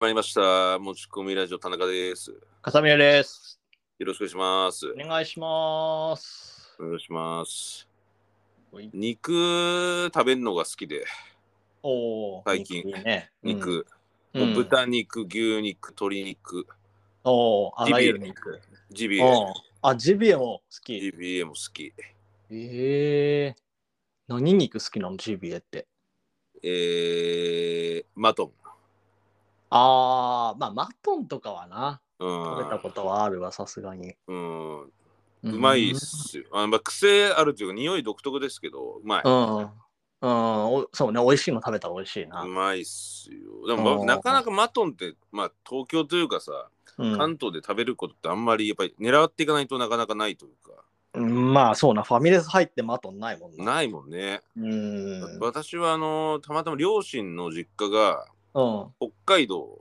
まいりました。持ち込みラジオ田中です。よ笠宮です。ろしくお願いします。お願いします。お願いしますほい。肉食べるのが好きで、おお。最近肉いいね。うん。肉、うんもう豚肉、牛肉、鶏肉、おお。あジビエらゆる肉。ジビエ、おお。あ、ジビエも好き。ジビエも好き。ええー。何肉好きなのジビエって。えー、マトン。ああ、まあマトンとかはな。うん食べたことはあるわ、さすがに。うん、ううまいっすよ。あまあ、癖あるというか、匂い独特ですけど、うまい。うん。うん。おそうね、美味しいの食べたら美味しいなう。まいっすよ。でも、うんなかなかマトンって、まあ、東京というかさ、うん関東で食べることってあんまりやっぱり狙っていかないとなかなかないというか、うん。まあそうな、ファミレス入ってマトンないもんな。ないもんね。うん。うん。私はあのたまたま両親の実家が北海道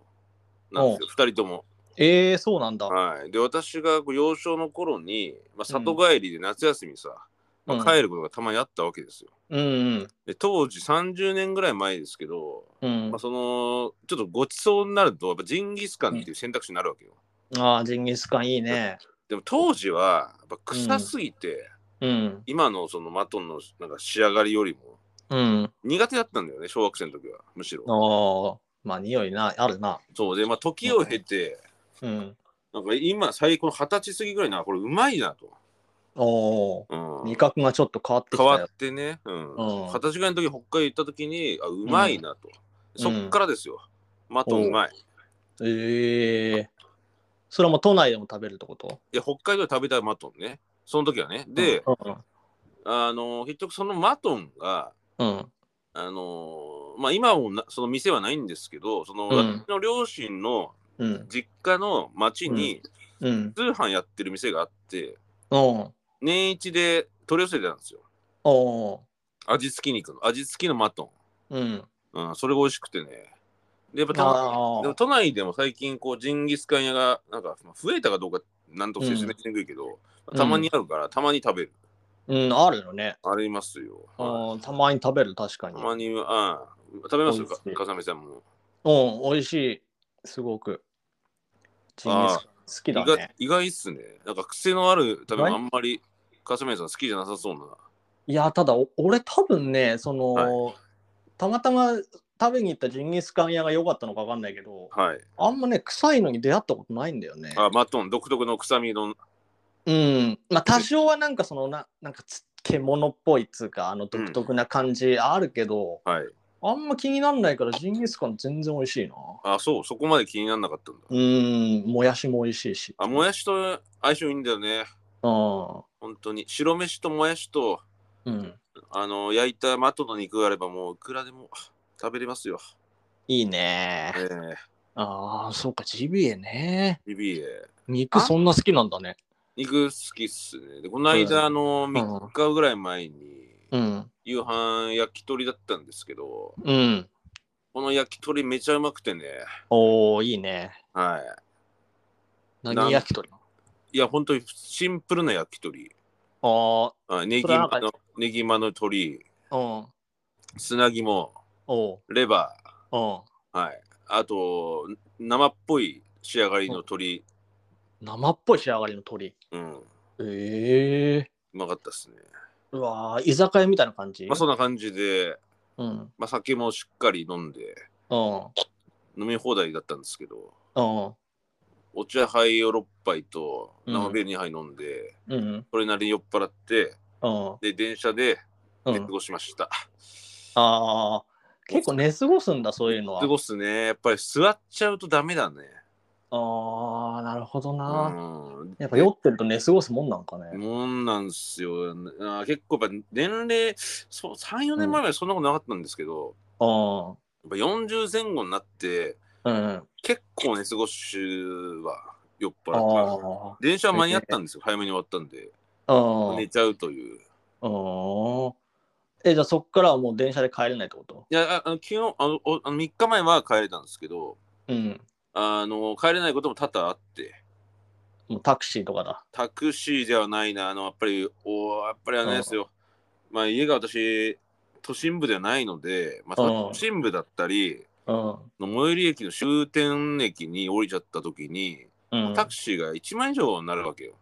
なんですよ、二人とも。ええー、そうなんだ。はい、で、私がこう幼少の頃に、まあ、里帰りで夏休みさ、まあ、帰ることがたまにあったわけですよ。うん。で当時30年ぐらい前ですけど、うん。うんまあ、そのちょっとごちそうになるとやっぱジンギスカンっていう選択肢になるわけよ。ああ、ジンギスカンいいね。でも当時はやっぱ臭すぎて、うん。今のそのマトンのなんか仕上がりよりもうん。苦手だったんだよね小学生の時はむしろ。ああ、まあ、匂いな、あるな。そうでまあ時を経て、うん。なんか今最高の二十歳過ぎぐらいなこれうまいなと、おお、うん味覚がちょっと変わってきた変よ。わってねうんうん二十、歳ぐらいの時北海道行った時にあうまいなと、うんそっからですよマトンうまい、いええそれはもう都内でも食べるってことや北海道で食べたいマトンねその時はねで、うん。あの結局そのマトンがうん。あのまあ今もなその店はないんですけどそのうん私の両親のうん。実家の町にうん。通販やってる店があっておー年一で取り寄せてたんですよおー味付き肉の味付きのマトンうん。うん、それが美味しくてね。で、やっぱあ都ーでも都内でも最近、こう、ジンギスカン屋が、なんか、まあ増えたかどうか、なんとも説明しにくいけど、うんたまにあるから、たまに食べる。うん、あるよね。ありますよ。はうん、たまに食べる、確かいにた。まに、あ食べますよ、か美味しいかさめさんも。うん、美味しい。すごく。ジンギスカン好き意だ外ね。意外っすね。なんか、癖のある食べ物、あんまり、かさめさん好きじゃなさそうな。いや、ただ、お俺多分ね、その、はたまたま食べに行ったジンギスカン屋が良かったのか分かんないけど、はい。あんまね、臭いのに出会ったことないんだよね。あ、マトン、独特の臭みの、うん。まあ、多少はなんかそのな、なんかつ獣っぽいっつうか、あの独特な感じあるけど、はい。あんま気にならないからジンギスカン全然美味しいな。あ、そう、そこまで気にならなかったんだ。うん、もやしも美味しいし。あ、もやしと相性いいんだよね。うん。本当に。白飯ともやしと、うん。あの焼いたマトの肉があればもういくらでも食べれますよ。 いいねえ。えああ、そうか、ジビエね。ビビエ。肉そんな好きなんだね。肉好きっすね。で、この間、あの、3日ぐらい前に、うん。夕飯焼き鳥だったんですけど、うん。この焼き鳥めちゃうまくてね。おおいいね。はなん何焼き鳥い。いや、本当にシンプルな焼き鳥。ああネギそれはなマんかの、ネギマの鶏、あ、うん。砂肝、おうレバうん。ー、はい。あと、生っぽい仕上がりの鶏。生っぽい仕上がりの鳥。うん。うええまかったっすね。うわー居酒屋みたいな感じ。まあ、そんな感じで、うん。まあ、酒もしっかり飲んでうん。飲み放題だったんですけどうん。お茶杯を6杯とうん生ビール2杯飲んで、うん。それなりに酔っ払ってうん。で電車でう寝過ん。ごしました、ああ、結構寝過ごすんだ、そういうのは寝過。ごすねやっぱり座っちゃうとダメだねああ、なるほどな。うんやっぱ酔ってると寝過ごすもんなんかね。もんなんすよあ結構やっぱ年齢そう34年前までそんなことなかったんですけど、うん。やっぱ40前後になってうん。結構寝過ごしは酔っあ払ってますあ。電車は間に合ったんですよ、早めに終わったんでうん。寝ちゃうといううん。え、じゃあそっからはもう電車で帰れないってこといや、ああの昨日あのおあの3日前は帰れたんですけど、うん。あの帰れないことも多々あって、もうタクシーとかだ。タクシーではないな、あのやっぱり、おやっぱりあれですよ、まあ、家が私、都心部ではないので、まあ、うん都心部だったり、ううん。の最寄り駅の終点駅に降りちゃった時に、うん。タクシーが1万円以上になるわけよ。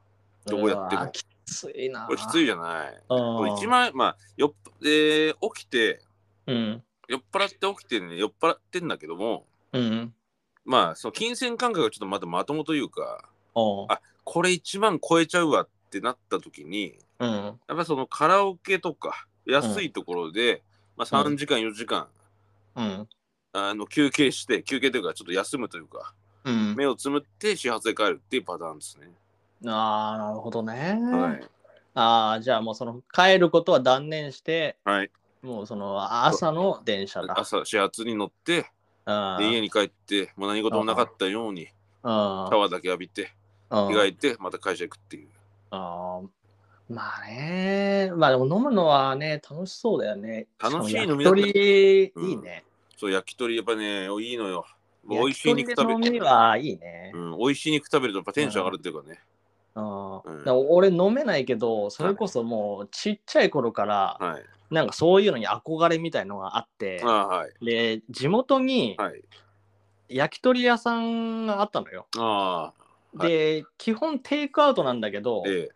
どこやってもうわきついな。これきついじゃない。うん。これ1万円、まあ、よっで起きて、うん。酔っ払って起きてね、酔っ払ってんだけども、うん。まあ、その金銭感覚がちょっとまだまともというか、おうあこれ1万超えちゃうわってなった時に、うん。やっぱそのカラオケとか、安いところで、まあ、3時間、4時間、うん。あの休憩して、休憩というか、ちょっと休むというか、うん。目をつむって始発で帰るっていうパターンですね。ああ、なるほどね。はい。ああ、じゃあもうその帰ることは断念して、はい、もうその朝の電車だ。朝、始発に乗って、うんで家に帰って、もう何事もなかったように、シャワーだけ浴びて、うん。磨いて、また会社行くっていう。あーまあね、まあでも飲むのはね、楽しそうだよね。楽しい飲みだだったいいうんね。そう、焼き鳥、やっぱね、いいのよ。美味焼きしい鳥肉で食べ飲みる。はいいね。うん、美味しい肉食べるとやっぱテンション上がるっていうかね。うんうんだから俺飲めないけど、それこそもうちっちゃい頃から、はい。なんかそういうのに憧れみたいのがあってあ、あ、はい。で、地元にはい。焼き鳥屋さんがあったのよ。あはで、基本テイクアウトなんだけどあ、、え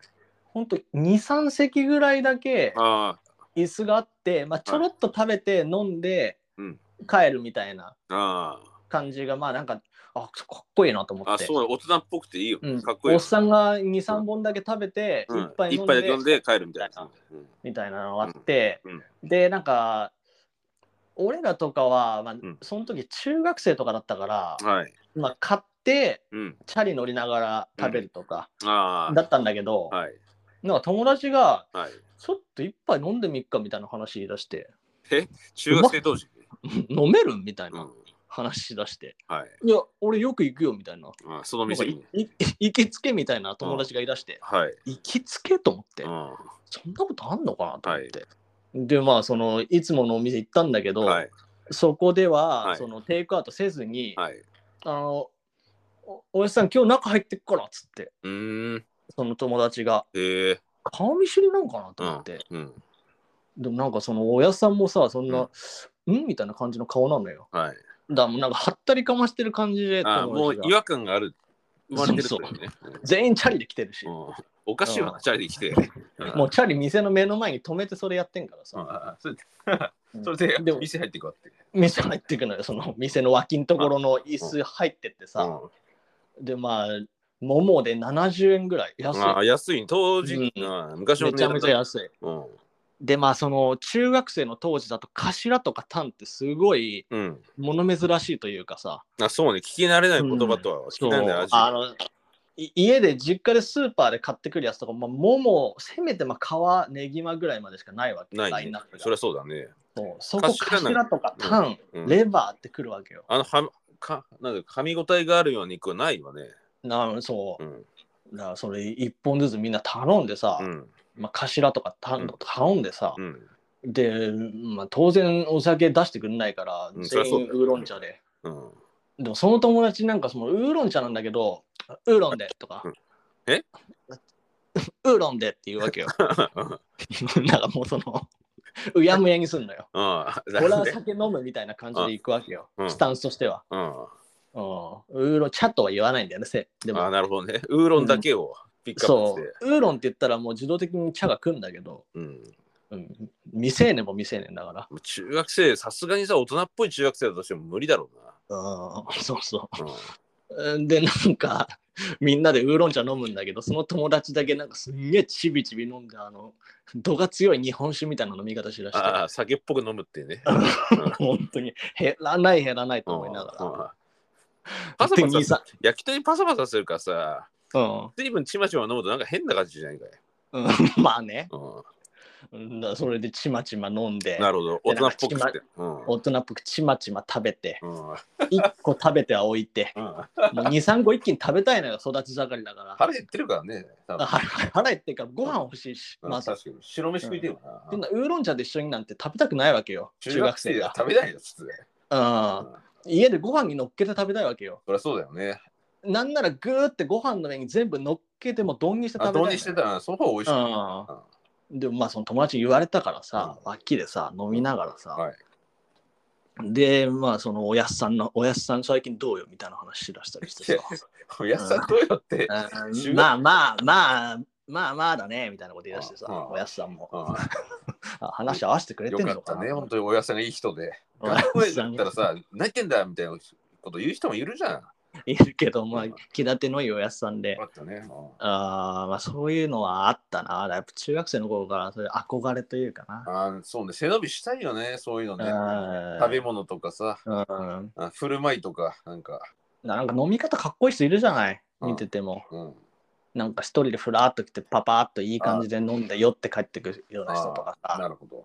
ほんと2、3席ぐらいだけえ。あ椅子があって、まあ、ちょろっと食べて飲んでうん帰るみたいなあ、あ感じが、まあなんか、あ、かっこいいなと思あ。っあ、て。そうだ、大人っぽくていいよ。うんかっこいいおっよ。さんが2、3本だけ食べて、うん一杯一飲ん杯だけで飲んで帰るみたいな。うんみたいなのがあって、うんで、なんか、俺らとかは、まあん、その時中学生とかだったから、はい。まあ、買って、うん。チャリ乗りながら食べるとか、あだったんだけど、あ。はい。なんか友達が、はい。ちょっと一杯飲んでみっかみたいな話言い出して、中学生当時。。飲めるみたいうなん話し出して、はい。いや、俺よく行くよみたいな。あそのなんか店いに。い行きつけみたいな友達がいらして、はい。行きつけと思って、うんそんなことあんのかなと思って。で、まあ、その、いつものお店行ったんだけど、はい。そこでは、はいその、テイクアウトせずに、はい。あの、おおやじさん、今日中入ってっからっつって、うーん。その友達が、ええ。顔見知りなんかなと思って、うん。でもなんかそのおやじさんもさそんな、うん、みたいな感じの顔なのよはい。だからもうなんかはったりかましてる感じでああ、も友う達が違和感がある。生まれてるというね。全員チャリで来てるし、うんうんおかしいわうな、んチャリで来て。うん もうチャリ店の目の前に止めてそれやってんからあさ、あそれでうんそれででも店入っていくわって。店入ってくのよその店の脇のところの椅子入ってってさ、うんでまあ桃で70円ぐらい安い、ああ安い当時、うんああ昔のめ値ちゃ段めちゃ安いうんでまあその中学生の当時だと頭とか単ってすごいうん。物珍しいというかさ、あそうね、聞き慣れない言葉とは、聞きそ慣うれない味。あのい家で実家でスーパーで買ってくるやつとか、まあ、桃せめてまあ皮ねぎまぐらいまでしかないわけなラい、インねナップ。がそりゃそうだね。そうそこ頭なん頭とかタン、うんレバーってくるわけよあのはかなんか噛み応えがあるような肉はないわね。。なそううんだからそれ一本ずつみんな頼んでさ、うん。まあ、頭とかタンとか頼んでさう、ん。で、まあ、当然お酒出してくんないからうんそりゃ全そう員だよウーロン茶で、うん、でもその友達なんかそのウーロン茶なんだけどウーロンでとかうんえウーロンでって言うわけ よなんかもうその、うやむやにすんのよ。ああ、俺だはね。酒飲むみたいな感じで行くわけよ。うんスタンスとしては。うん、あうん、ウーロン、茶とは言わないんだよね。せであ、も、なるほどね。ウーロンだけをピックアッそプして。う、ウーロンって言ったらもう自動的に茶が来るんだけど、うん、うん、未成年も未成年だから。もう中学生、さすがにさ、大人っぽい中学生だとしても無理だろうん、そうそうな。うんうん。で、なんか、 みんなでウーロン茶飲むんだけど、その友達だけなんかすんげえちびちび飲んで、あの、度が強い日本酒みたいな飲み方しだしあて、あ、酒っぽく飲むっていうね。本当に減らない減らないと思いながら。うんパサ店パ員サさ焼き鳥パサパサするからさ、うん随分ちまちま飲むとなんか変な感じじゃないかい。うん まあね、ううんだそれでちまちま飲んでん、、なるほど。大人っぽくして。うん大人っぽくちまちま食べて、うんうん、1個食べては置いて腹もう2、3個一気に食べたいのよ、育ち盛りだか減ってるからね。多ら。分腹腹減ってるからご飯欲しいし、まず。確かに。白飯食いてるなそん。なウーロン茶で一緒になんて食べたくないわけよ、中学生が中。食べないよ、普通。うんうん家でご飯に乗っけて食べたいわけよ。そりゃそうだよね。なんならグーってご飯の上に全部乗っけてもう丼にしてあ、食べたどいのうよ。にしてたら、その方が美味しい。うんうんでもまあその友達に言われたからさ、うん脇でさ飲みながらさ、はいで、まあ、そのおやっさんの、おやっさん最近どうよみたいな話しだした りしてさ。おやっさんどうよって。あー中学まあまあまあまあまあだねみたいなこと言い出してさ、うんおやっさんも、うんあ話合わせてくれてよんかのっかたなね、本当におやっさんがいい人で。おやっさん学校へだったらさ、泣いてんだみたいなこと言う人もいるじゃん。よいるけどまあ気立てのいいおやっさんでかったね。うんあーまあそういうのはあったなやっぱ中学生の頃からそういう憧れというかなあーそうね、背伸びしたいよね、そういうのね。うん食べ物とかさ、うん、あ振る舞いとか、なんか。なんか飲み方かっこいい人いるじゃないうん見てても、うん、なんか一人でふらっと来てパパっといい感じで飲んで酔って帰ってくるような人とかあーさなるほど。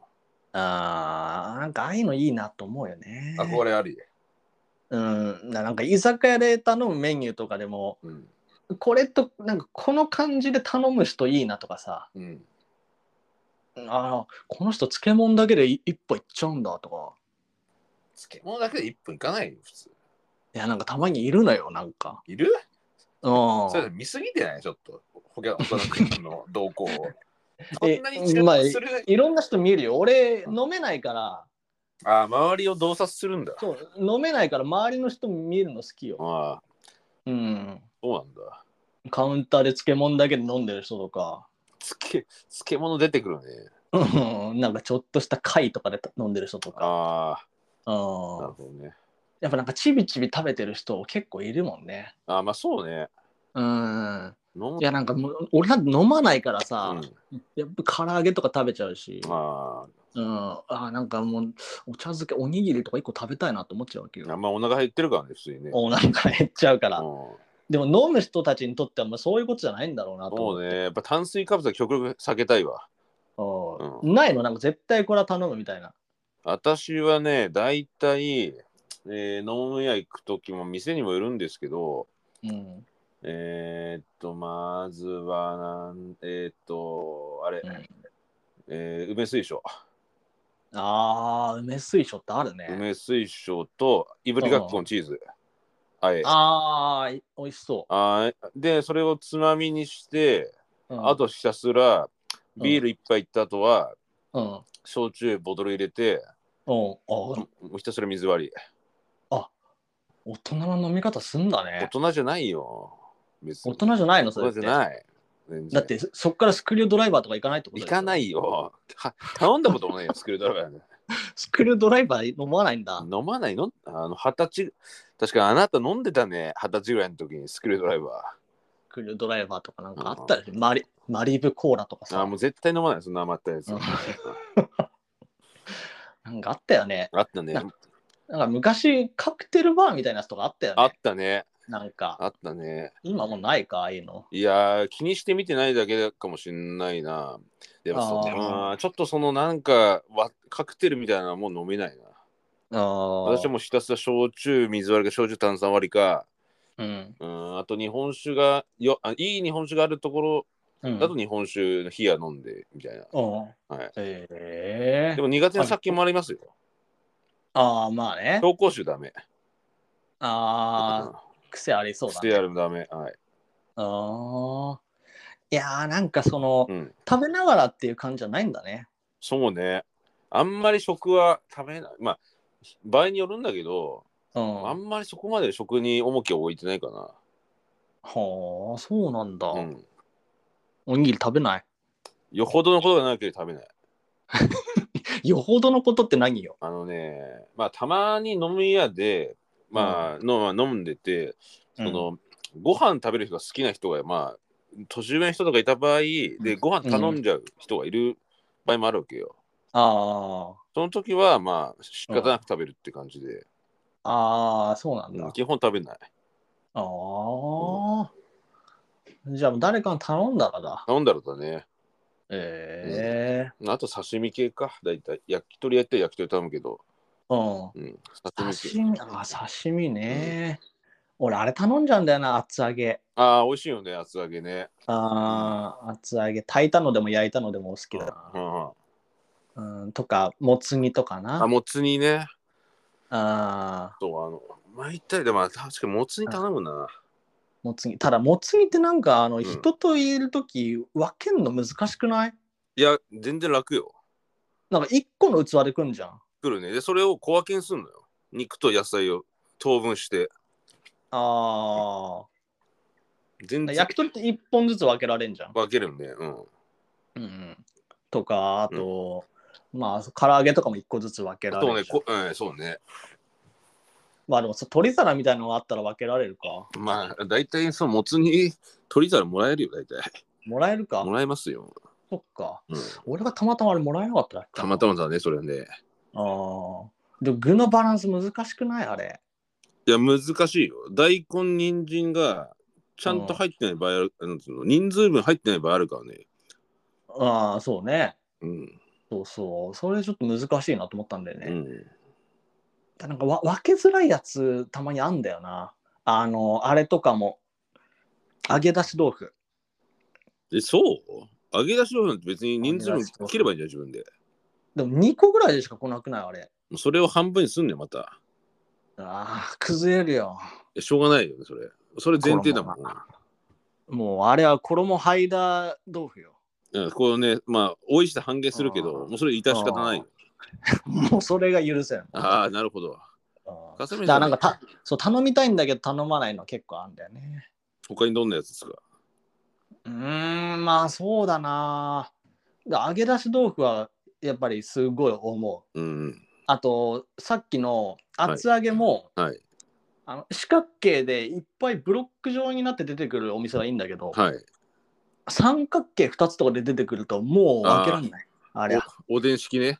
あーなんかああいうのいいなと思うよね憧れあり。うん、ななんか居酒屋で頼むメニューとかでもうん。これとなんかこの感じで頼む人いいなとかさうん。あーこの人漬物だけでい一歩いっちゃうんだとか漬物だけで1分いかないよ、普通。いやなんかたまにいるのよなんかいるうそれん見すぎてないちょっと。ほか他の国の動向を。そ えんなに注まあ目する。いろんな人見るよ俺飲めないからあー、周りを洞察するんだ。そう飲めないから周りの人見るの好きよ、ああ、うん、そうなんだ。カウンターで漬物だけで飲んでる人とか漬け漬物出てくるね。うんなんかちょっとした貝とかで飲んでる人とかあうあ、んなるほどね。やっぱなんかちびちび食べてる人結構いるもんね。あーまあそうね。うん。飲むいやなんかもう俺なんて飲まないからうさ、ん、やっぱ唐揚げとか食べちゃうし、あうん、あーなんかもうお茶漬け、おにぎりとか一個食べたいなと思っちゃうわけーあよ。んまお腹減ってるからね、普通にね。お腹減っちゃうから。うんでも飲む人たちにとってはもうそういうことじゃないんだろうなとそ思うっね。やっぱ炭水化物は極力避けたいわ。て。ねうんないのなんか絶対これは頼むみたいな。私はね、大体、えー、飲む屋行くときも店にもよるんですけど、うん。えー、っと、まずはなん、えー、っと、あれ、うんえー梅水晶。あー、梅水晶ってあるね。梅水晶といぶりがっこのチーズ。あえ。あー、い美味しそあーで、それをつまみにして、う。うんあ、とひたすらビール一杯いった後は、うん。うん。焼酎ボトル入れて、おもうひたすら水割り。大人の飲み方すんだ大ね。人じゃないよ。別大人じゃないのそ大れっ人て。じゃない。全然だってそそっからスクリュードライバーとか行かないってこと。行かないいよ。は頼んだこともないよ、スクールドライバーね。スクリュードライバー飲まないんだ。飲まないのあの、二十歳、確かあなた飲んでたね、二十歳ぐらいの時にスクールドライバスクリュードライバーとかなんかあったりし、マリマリブコーラとかー。あさー、もう絶対飲まない、そんな甘ったやつ。 うんあなんかあったよね。ったね。なんか昔カクテルバーみたいなやつとかあったよあっね。たね。なんかあったね。今もうないかああいうの。いやー、気にして見てないだけかもしんないな。でもそうねあーうんちょっとそのなんかわカクテルみたいなのはもう飲めないな。ああ。私はもうひたすら焼酎水割りか焼酎炭酸割りか、うん。うん、あと日本酒がよあ、いい日本酒があるとこうろん。だと日本酒の冷や飲んでみたいな。うんはい、えでえも苦手な酒もありますよ。ああ、まあね。紹興酒ダメ。ああ、癖ありそうだスね。テアルダメ。はい。ああ。いやーなんかその、うん。食べながらっていう感じじゃないんだね。そうね。あんまり食は食べない。まあ、場合によるんだけど、うん。あんまりそこまで食に重きを置いてないかな。はあ、そうなんだ、うん、おにぎり食べない。よほどのことがなければ食べない。よほどのことって何よ。あのね、まあたまに飲み屋で、まあ、のまあ飲んでて、その、ご飯食べる人が好きな人が、まあ、年上の人とかいた場合で、ご飯頼んじゃう人がいる場合もあるわけよ。あその時は、まあ、仕方なく食べるって感じで、あ、ああ、そうなんだ。うん基本食べない。ああ、じゃあ誰かに頼んだらだ。頼んだらだね。ええあと刺身系か、大体。焼き鳥やったら焼き鳥頼むけど、うん。うん、刺身系。刺身、あー刺身ね、俺、あれ頼んじゃうんだよな、厚揚げ。ああ、美味しいよね、厚揚げね。ああ、厚揚げ。炊いたのでも焼いたのでも好きだうな。んうんうん、とか、もつ煮とかあ、な。もつ煮ね。ああ、そう、あの、毎回でも、確かにもつ煮頼むな。もつ煮。ただ、もつ煮ってなんか、あの、ん人といるとき、分けんの難しくないいや、全然楽よ。なんか一個の器でくんじゃん。来るね。で、それを小分けにすんのよ。肉と野菜を等分してあ全あ。然焼き鳥って1本ずつ分けられんじゃん。分けるんで、うん、うんうん、とか、あと、まあ、唐揚げとかも1個ずつ分けられそうねるじゃん。こ、うん、そうねまあでもそう、取り皿みたいなのがあったら分けられるか。まあ大体そのもつに鶏皿もらえるよ大体もらえるかも。らえますよ、そっか。うん、俺がたまたまあれもらえなかっただけかたまたまだねそれはねああ。でも具のバランス難しくないあれ。いや難しいよ大根人参がちゃんと入ってない場合あるなんつうの人数分入ってない場合あるからねああ、そうね。うん、そうそう。それちょっと難しいなと思ったんだよね。うん、だなんかわ分けづらいやつたまにあんだよな。あの、あれとかも。揚げ出し豆腐。えそう揚げ出し豆腐なんて別に人数揚げ分出し豆腐切ればいいじゃん自分ででも2個ぐらいでしか来なくないあれ。もうそれを半分にすんねまたああ、崩れるよ。いやしょうがないよねそれそれ前提だもん衣がもうあれは衣剥いだ豆腐よ。うん、こうねまあおいしさ半減するけあどーもうそれ致し方ないよもうそれが許せん。ああなるほどあかすーみださからんなんかたそう頼みたいんだけど頼まないの結構あるんだよね。他にどんなやつですかうーん、まあそうだな。だ揚げ出し豆腐はやっぱりすごい思う。うんあと、さっきの厚揚げも、はいあの四角形でいっぱいブロック状になって出てくるお店はいいんだけど、はい三角形2つとかで出てくるともう分けらんない。あれは。おおでん式ね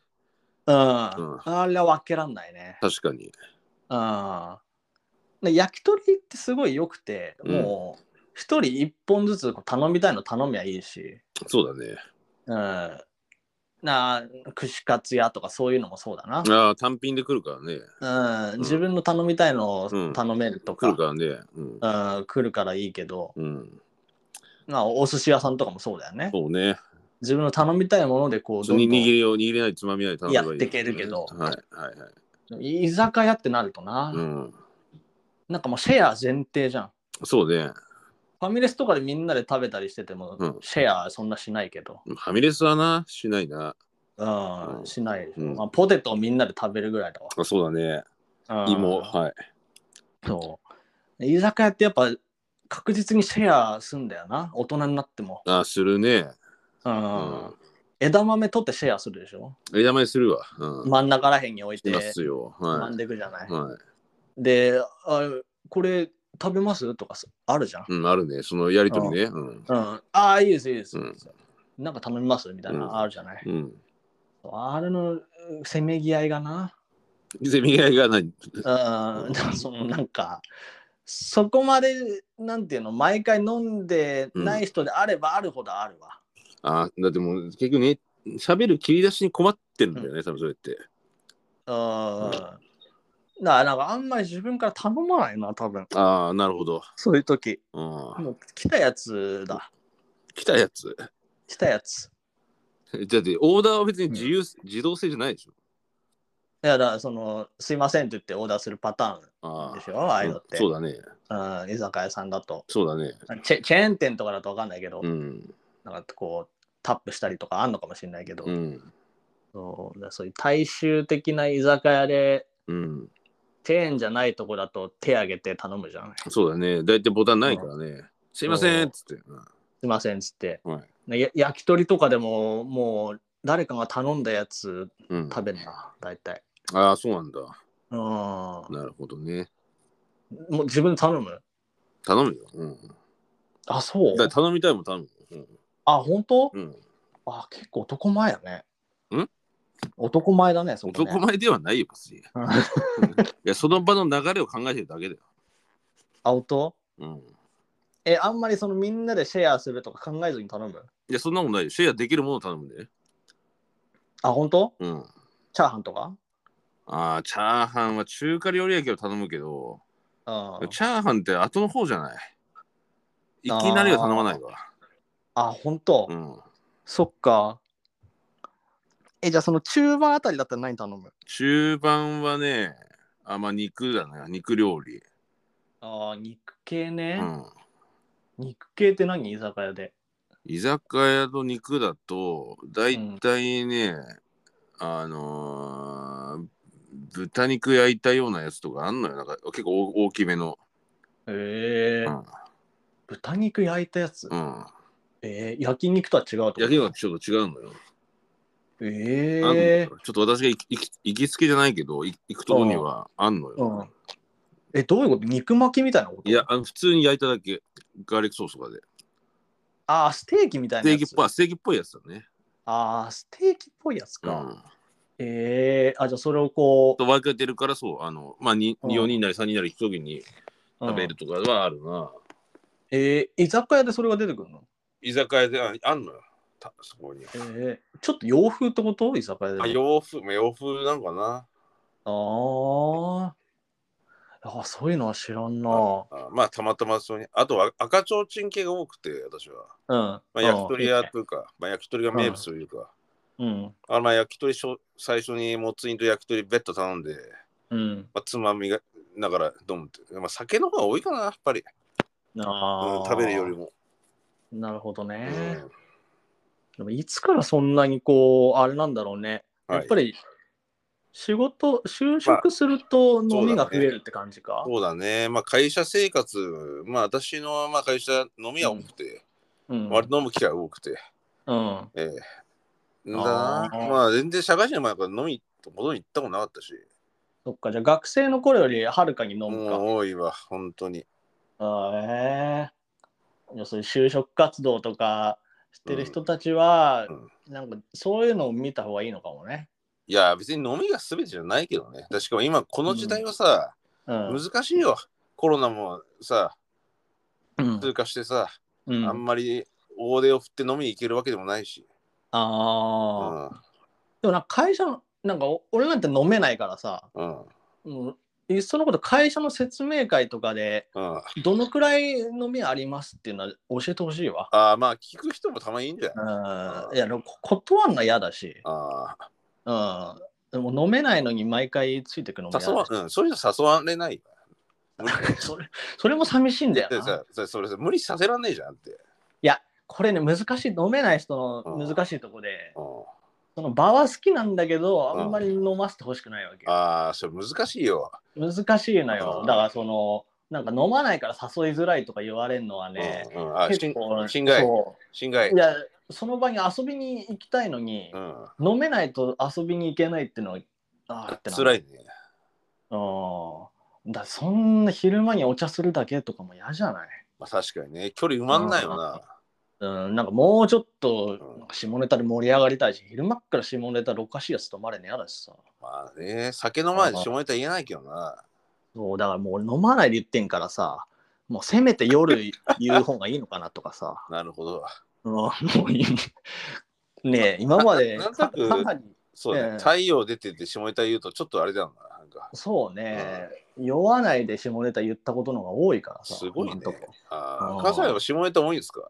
うん。うんあれは分けらんないね。確かにうん。で焼き鳥ってすごい良くて、もう一人一本ずつこう頼みたいの頼みゃいいし。そうだねうんなあ串カツ屋とかそういうのもそうだああ単品で来るからねな、うんん、自分の頼みたいのうをん頼めるとか、来るうからねうん、ん来るからいいけど、うん、まあ、お寿司屋さんとかもそうだよねそうね自分の頼みたいものでこうそどんにどん握りを握れないつまみない頼めばいいやってけるけどはいはいはい居酒屋ってなるとな、うんなんかもうシェア前提じゃんそうねファミレスとかでみんなで食べたりしてても、うんシェアそんなしないけど、ファミレスはなしないなうんうんしないでしょ、うんまあ、ポテトをみんなで食べるぐらいだあそうだねわ、うん芋はいそう居酒屋ってやっぱ確実にシェアすんだよな大人になっても、あするねうんうん枝豆取ってシェアするでしょ枝前するわうん真ん中らへんに置いいてますよは並んでいくじゃない、いはいであこれ食べますとかさあるじゃん、うん、あるね。そのやりとりね。うん。うん、ああいいですいいです、うんなんか頼みますみたいな、うんあるじゃないうん。あれのうんせめぎ合いがなゼミ合いが何うん、だからそのなんかそこまでなんていうの毎回飲んでない人であればあるほどあるわ、あだってもう結局ね、喋る切り出しに困ってるんだよね、多分それって。うん。だからなんかあんまり自分から頼まないな、多分。ああ、なるほど。そういう時。うん。もう来たやつだ。来たやつ。 来たやつ。だってオーダーは別に自由、自動性じゃないでしょ。いやだからその、すいませんって言ってオーダーするパターあンであしょ、ああいうのって。そうだね。うん、居酒屋さんだと。そうだね。チェチェーン店とかだと分かんないけど、うん。なんかこう、タップしたりとかあんのかもしれないけど、うん。そうだからそういう大衆的な居酒屋で、うん。チェーンじゃないとこだと手挙げて頼むじゃない。すそうだね。だいたいボタンないからね。すいませんっつって。いませんっつって。うん。はいねや焼き鳥とかでも、もう、誰かが頼んだやつうん、食べるな、大体。ああ、そうなんだ。うん。もなるほどね。う自分で頼む頼むよ。うん。あ、そだうから頼みたいもん頼む。あ、本当うん。うんあ、結構男前やね。ん男前だね、そこ、ね。男前ではないよ、別に。うんいや、その場の流れを考えてるだけだよ。 あ、音うん。え、あんまりそのみんなでシェアするとか考えずに頼むいや、そんなことないよ。シェアできるものを頼むんで。あ、本当うん。チャーハンとかああ、チャーハンは中華料理やけど頼むけど、うん。チャーハンって後の方じゃない。いきなりは頼まないわ。あ、本当、うん。そっか。え、じゃあその中盤あたりだったら何頼む中盤はね、あ、まあ肉だな、肉料理。あ肉系うね、ん。肉系って何居酒屋で。居酒屋の肉だと、だいたいね、あのー豚肉焼いたようなやつとかあんのよ。なんか結構大大きめの。えーうん豚肉焼いたやつ、うん。えー焼肉とは違うってこと焼き肉はちょっと違うのよ。えあんのーよちょっと私が行き行き行きつけじゃないけど、い行くとこにはあんのうよん。、えどういうこと肉巻きみたいなこといや、あの普通に焼いただけ。ガーリックソースとかで。あーステーキみたいスなテやーつキっぽい、ステーキっぽいやつだね。あーステーキっぽいやつうか、ん。えーあじゃあそれをこうと分けてるからそう、あの、まあ、にうん4人なり3人なり1人に食べるとかはあるな。えー居酒屋でそれが出てくるの、居酒屋でああんのよ。たそこに。えーちょっと洋風ってこと居酒屋であ、洋風、まあ洋風なんかな。あーあそういうのは知らんなあまあ、たまたまそうに。あとは赤ちょうちん系が多くて、私は。うん、まあ、焼き鳥屋というか、まあ、焼き鳥が名物というか。うんあまあ、焼き鳥しょ最初にもつ煮と焼き鳥ベッド頼んで、うんまあ、つまみがながら飲むって。まあ、酒の方が多いかな、やっぱり。あうんー食べるよりも。なるほどね、うんでもいつからそんなにこうあれなんだろうね、はいやっぱり仕事就職するとまあ飲みが増えるって感じか、そうだね。まあ、会社生活、まあ、私のまあ会社、飲みは多くて、うん割と飲む機会が多くて。うんええだなあーまあ全然社会人の前から飲みとことに行ったことなかったし、そっかじゃあ学生の頃よりはるかに飲むか、もう多いわ、本当に。あーええいやそういう就職活動とかしてる人たちは、うんなんかそういうのを見た方がいいのかもね。いや、別に飲みが全てじゃないけどね。確かに今、この時代はさ、うん。難しいよ。コロナもさ、うん通過してさ、うんあんまり大手を振って飲みに行けるわけでもないし。うあー、ん。でもなんか会社のなんかお俺なんて飲めないからさ、うん。うん、いっそのこと会社の説明会とかでうん、あどのくらい飲みありますっていうのは教えてほしいわ。あ、まあ、聞く人もたまにいいんじゃない、うん、いやでもこ断んの嫌だし、ああ、うん、でも飲めないのに毎回ついてくのも嫌誘だわ、しうん、そういう人誘われない。それ それも寂しいんだよでな。さ、それ、それ、無理させらんねえじゃんって。いや、これね、難しい、飲めない人うんの難しいとこで、うん、その場は好きなんだけど、うんあんまり飲ませてほしくないわけ。ああ、それ難しいよ。難しいのうよん。だから、その、なんか飲まないから誘いづらいとか言われるのはね、うんうん、あ、し結ん構、侵害そ侵害うい。や、その場に遊びに行きたいのにう、ん。飲めないと遊びに行けないっていうのは、あーってな辛いね。うん。だからそんな昼間にお茶するだけとかも嫌じゃないまあ確かにね、距離埋まんないよな。うん、なんかもうちょっとうんなんか下ネタで盛り上がりたいし、昼間っから下ネタでおかしいやつとまれねやだしさ。まあね、酒の前で下ネタ言えないけどな。そうだからもう俺飲まないで言ってんからさ、もうせめて夜言う方がいいのかなとかさ。なるほど。うん、もういいねえ、今までなんとなくかなりそうだね、ええ太陽出てて下ネタ言うとちょっとあれだよな。なんか、そうね、酔わないで下ネタ言ったことの方が多いからさ。すごい今ねんとこ。あうあん関西は下ネタ多いんですか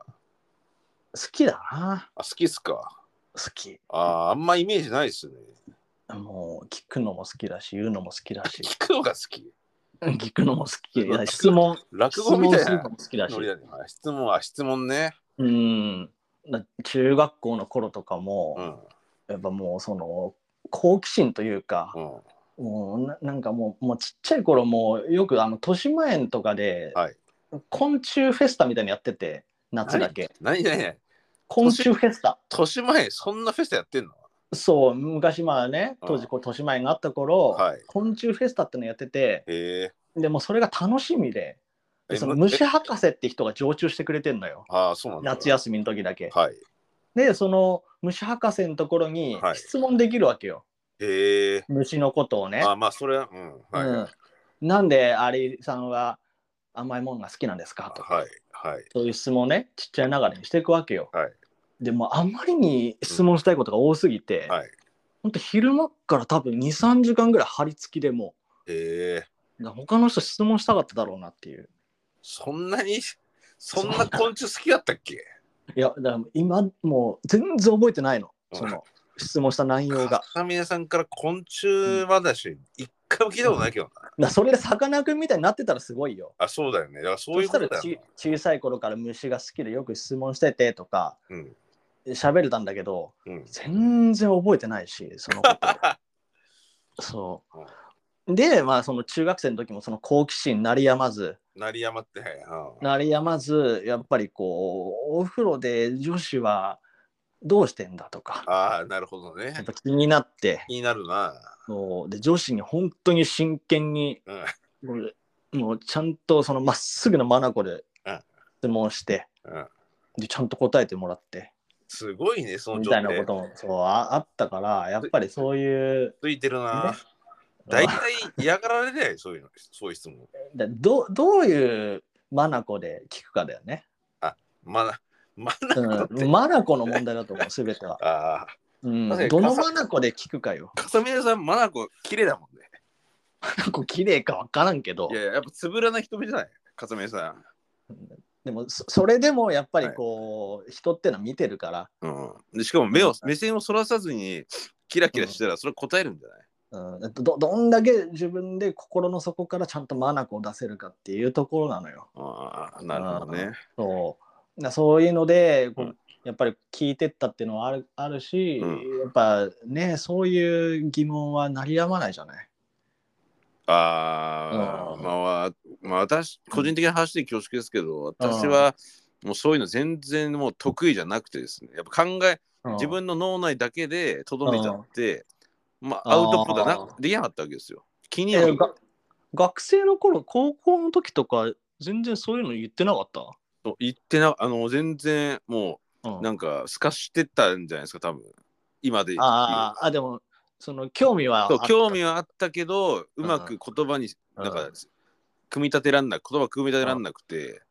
好きだな、あ、好きっすか好き。ああ、あんまイメージないっすね。もう聞くのも好きだし、言うのも好きだし、聞くのが好き。聞くのも好き。い や質問、落質語み問たいするのなも好きだしノ。リだね。あ質問は質問ね。うん、だ中学校の頃とかうも、ん。やっぱもうその好奇心というか、うん。もうななんかもうもうちっちゃい頃もうよくあの豊島園とかで、はい昆虫フェスタみたいにやってて夏だけ何何何昆虫フェスタ豊島園、そんなフェスタやってんのそう昔まあね当時こう豊島園があった頃、はい昆虫フェスタってのやっててへえ。でもうそれが楽しみででえそのむ虫博士って人が常駐してくれてんのよああ、そうなんだ。夏休みの時だけはい。でその虫博士のところにはい質問できるわけよ、へえ。虫のことをね、あまあそれはうんはいはいうん、なんでアリさんは甘いものが好きなんですかとか、はいはいそういう質問をねちっちゃいながらにしていくわけよ、はいでもあまりに質問したいことが多すぎて、はいほんと昼間から多分23時間ぐらい張り付きでもへえうだから他の人質問したかっただろうなっていうそんなにそんな昆虫好きだったっけいやだから今もう全然覚えてないのうんその質問した内容が片峰さんから昆虫話一回も聞いたことないけどなだからそれでさかなクンみたいになってたらすごいよあそうだよねだからそうそいうしこたとらだよちな小さい頃から虫が好きでよく質問しててとかうん喋れたんだけどうん 全然覚えてないしそのことそうで、まあ、その中学生の時もその好奇心鳴りやまず、鳴りやまって、はいはい鳴りやまず、やっぱりこう、お風呂で女子はどうしてんだとか、ああ、なるほどねやっ。ぱ気になって、気になるな。そうで女子に本当に真剣に、うんもうもうちゃんとそのまっすぐの眼でうん質問して、うん、でちゃんと答えてもらって、すごいね、そのみ状たい態なこともそうああったから、やっぱりそういう、ついてるなね。大体嫌がられない、そういうの、そういう質問。だどどういう眼で聞くかだよね。まだ、ま だ、うん、マナコの問題だと思う、すべては。ああ、うん、確かにどのマナコで聞くかよ。笠宮さん、マナコ、綺麗だもんね。マナコ綺麗か分からんけどい、やいや、やっぱつぶらな瞳じゃない、笠宮さん。でもそそれでもやっぱりこう、人ってのは見てるから、うん、でしかも目を、目線をそらさずに、キラキラしたら、それ答えるんじゃない、うん、どどんだけ自分で心の底からちゃんとマナコを出せるかっていうところなのよ。ああ、なるほどね。そうなそういうのでこう、うんやっぱり聞いてったっていうのはあるあるし、うんやっぱねそういう疑問は鳴りやまないじゃない。ああ、うんまあ、まあ、私、個人的な話で恐縮ですけど、私は、もうそういうの全然もう得意じゃなくてですね、やっぱ考え、うん自分の脳内だけでとどめちゃって、まあ、あーアウトプットがなできなかったわけですよ。気にえなるーが学生の頃高校の時とか全然そういうの言ってなかっと言ってな、あの、全然もた、うう、んなんか、すかしてたんじゃないですか、多分今で言う。あーあでもその興味はあっそたう興味はあったけど、うまうく言葉に、うんなんか、組み立てらんなく、言葉組み立てらんなくて、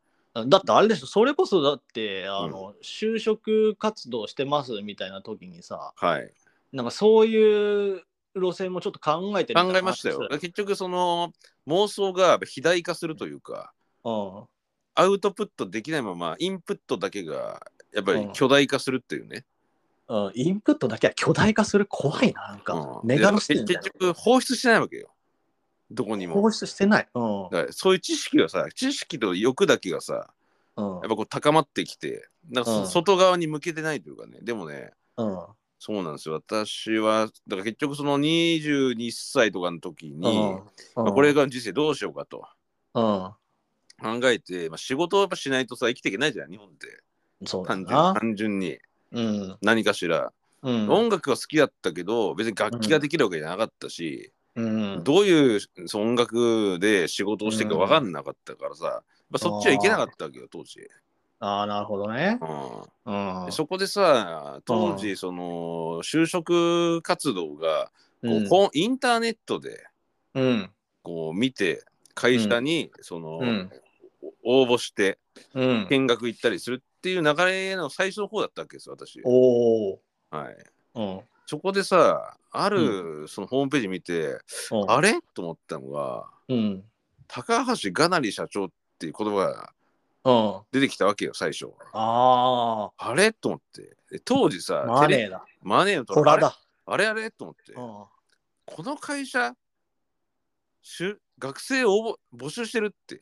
だってあれでしょそれこそだってあの、就職活動してますみたいな時にさはい。なんかそういう路線もちょっと考えてみ考えましたよ。結局、その、妄想が肥大化するというか、うんアウトプットできないまま、インプットだけが、やっぱうりん巨大化するっていうね。うん、インプットだけは巨大化する怖いな、なんか、うんメガロシティでみたいな結局放出してないわけよどこにも放出してない。うん。うんだからそういう知識がさ知識と欲だけがさやっぱこう高まってきてなんかそうん外側に向けてないというかね、でもねうんそうなんですよ私はだから結局その22歳とかの時に、うんまあこれ、が人生どうしようかとうん。考えて、まあ、仕事をやっぱしないとさ生きていけないじゃん日本ってそうだ単純にな。単純にうん。何かしら、うん。音楽は好きだったけど別に楽器ができるわけじゃなかったし、うん。どういうその音楽で仕事をしていくか分かんなかったからさ、まあ、そっちは行けなかったわけよ当時、ああ、なるほどね。ううんんで。そこでさ当時その就職活動がこううんこうインターネットでうん。こう見て会社にその、うん応募してうん。見学行ったりするっていう流れの最初の方だったわけですよ私、おお。はい、うん。うんそこでさあるそのホームページ見て、あれと思ったのがうん。高橋がなり社長っていう言葉がうん。出てきたわけよ最初ああれと思ってで当時さあ、マテネレーだ。マネーのとトこラあれだ。あれあれと思ってうん。この会社しゅ学生を応募募集してるって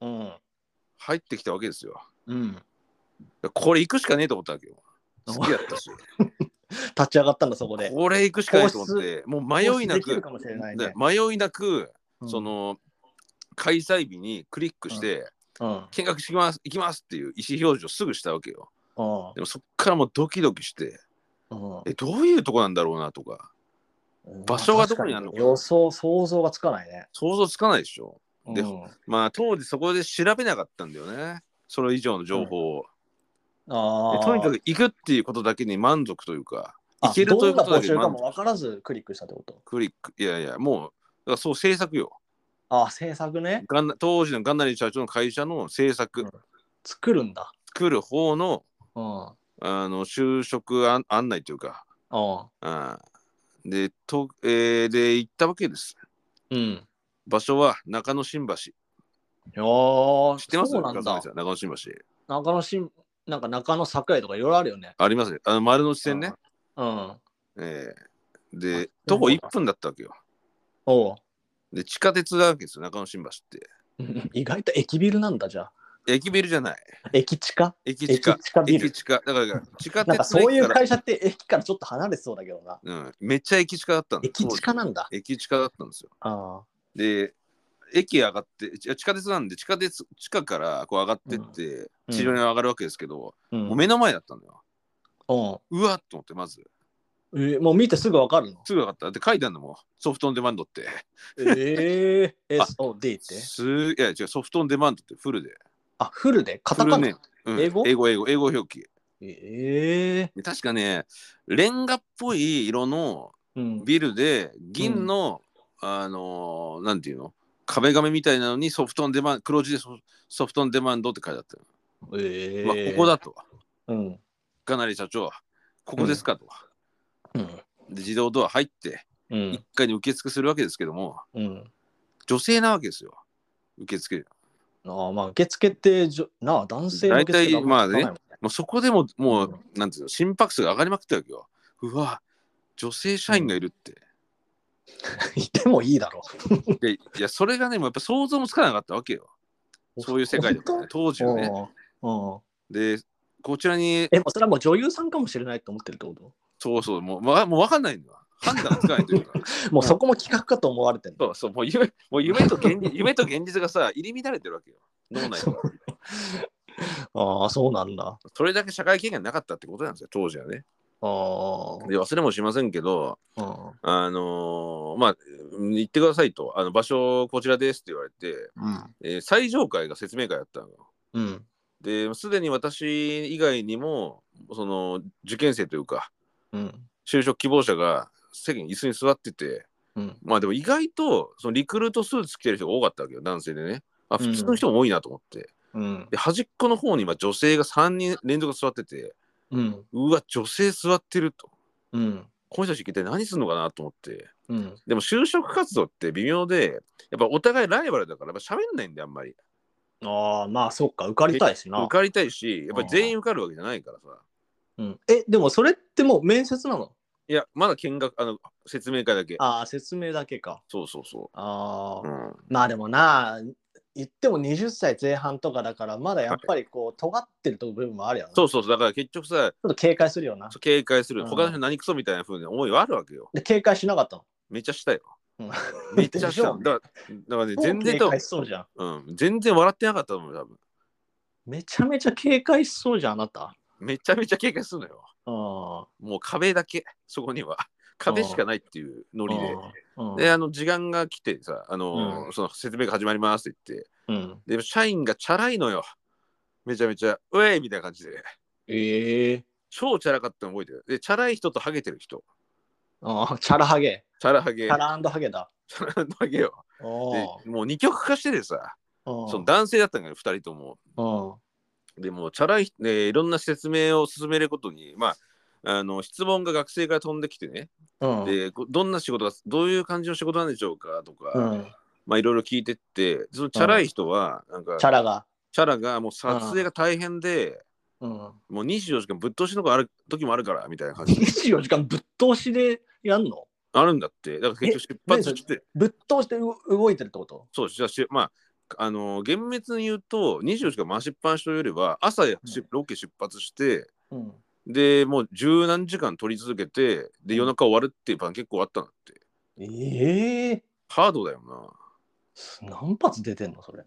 うん。入ってきたわけですようん。これ行くしかねえと思ったわけよ好きだったし立ち上がったんだ、そこで。これ行くしかねえと思ってもう迷いなできるくかもしれないねで。迷いなくうんそ、の開催日にクリックしてうん。見学します行きますっていう意思表示をすぐしたわけようんでもそっからもうドキドキしてうん。えどういうとこなんだろうなとか場所がどこにあるのか確か予想、想像がつかないね。想像つかないでしょでうんまあ当時そこで調べなかったんだよねそれ以上の情報を、あであ。とにかく行くっていうことだけに満足というかあ行けるということだけどでんな募満集かも足分からずクリックしたってことクリックいやいやもうだからそう制作よあ、制作ね。ガンナ当時のガンナリ社長の会社の制作、うん作るんだ。作る方のうん。うん。あの就職案案内というか、あーでと、えーで行ったわけですうん。場所は中野新橋知よー、ってますそうなん笠森。ださ中野新橋中野新、なんか中野栄とかいろいろあるよね。ありますねあの丸の内線ね、うん。えーであそ徒う歩なん1だ分だったわけよおう。 で地下鉄なわけですよ中野新橋って意外と駅ビルなんだじゃあ。駅ビルじゃない。駅地下駅地駅下。地下ビ駅ル。地下。だから、地下なんか鉄のそうい駅うから。会社って駅からちょっと離れそうだけどな。うん、めっちゃ駅近だったんです駅地下なんだ。駅近だったんですよ。あで、駅上がって、ち地下鉄なんで、地下鉄、地下からこう上がってって、うん地上に上がるわけですけど、あ。うんもう目の前だったんだよ。うんうわっと思って、まず。えーもう見てすぐわかるのすぐ分かった。で、書いてあるのもん、ソフトオンデマンドって。えー、あ SOD って。すいや、違う、ソフトオンデマンドってフルで。あ、フルでカフタルカねうナ。、ん英語英語、英語、英語表記。えで確かね、レンガっぽい色のー、うん。ビルで、銀の、あのーなんていうの壁紙みたいなのにソフトオンデマンド、黒字でソソフトオンデマンドって書いてあったよ。えー、まあ、ここだと。うん。かなり社長、ここですかと。うん。で自動ドア入って、う1ん。階に受付するわけですけども、うん。女性なわけですよ。受付。ああまあ、受付ってじょ、なあ、男性の受大付体がんま聞かないまあもうそこでも、もう、うなんていうの、心拍数が上がりまくってるわけよ。うわ、女性社員がいるって。もんね いてもいいだろでいや、それがね、もうやっぱ想像もつかなかったわけよ。う。そういう世界だからね、当時はね。ね。うんうんで、こちらに、え、もうそれはもう女優さんかもしれないと思ってるってこそうそう、もう、わもう分かんないんだわ。判断がつかないと いうか。ともうそこも企画かと思われてるそうそう、もう夢もう夢と現実 夢と現実がさ、入り乱れてるわけよ。脳内から。ああ、そうなんだ。それだけ社会経験なかったってことなんですよ、当時はね。ああ。で忘れもしませんけど、うんあのーまあ、うん行ってくださいと、あの場所こちらですって言われて、うん。えー最上階が説明会だったのよ。うん。で、すでに私以外にも、その受験生というか、うん。就職希望者が席に椅子に座ってて、うん。まあでも意外とそのリクルートスーツ着てる人が多かったわけよ、男性でね。あ、うん普通の人も多いなと思って。うん。で、端っこの方に今女性が3人連続座ってて、うん。うわ、女性座ってると。うん。この人たち一体何するのかなと思って。うん。でも就職活動って微妙で、やっぱお互いライバルだから、やっぱ喋んないんで、あんまり。ああ、まあ、そっか、受かりたいしな受。かりたいし、やっぱり全員受かるわけじゃないからさ。うんえ、でもそれってもう面接なのいや、まだ見学、あの、説明会だけ。ああ、説明だけか。そうそうそあう。あ、うん、まあでもな、言っても20歳前半とかだから、まだやっぱりこう、尖ってる部分もあるよね。。そううそうそう、だから結局さ、ちょっと警戒するよな。警戒する、うん他の人何クソみたいな風な思いはあるわけよ。で、警戒しなかったの。めっちゃしたよ。うんめっちゃしでた。ょだから、だからね、全然警多戒分しそうじゃん。うん、全然笑ってなかったと思う、多分。めちゃめちゃ警戒しそうじゃん、あなた。めちゃめちゃ警戒するのよ。あもう壁だけ、そこには。壁しかないっていうノーリで。うんで、あの、時間が来てさ、あの、うその説明が始まりますって言って、うん。で、社員がチャラいのよ。めちゃめちゃ、うえいみたいな感じで。ええ超チャラかったの覚えてる。で、チャラい人とハゲてる人。ああ、チャラハゲ。チャラハゲ。チャラハゲだ。チャラのハゲよ。でお、もう二極化しててさ、お。その男性だったんだけど、二人とも。うん。でもう、チャラい、ね、いろんな説明を進めることに、まあ、あの質問が学生から飛んできてね、うん。でこどんな仕事がどういう感じの仕事なんでしょうかとか、うんまあいろいろ聞いてってそのチャラい人はなんか、チャラが。チャラがもう撮影が大変で、うん。 もう24時間ぶっ通しのがある時もあるからみたいな感じ24時間ぶっ通しでやんのあるんだってだから結局出発してぶっ通してう動いてるってことそうじゃあしまああの厳密に言うと24時間回しっぱなしというよりは朝しロケ出発して、うん。でもう十何時間撮り続けてでうん夜中終わるっていうパン結構あったんだってええハードだよな何発出てんのそれ。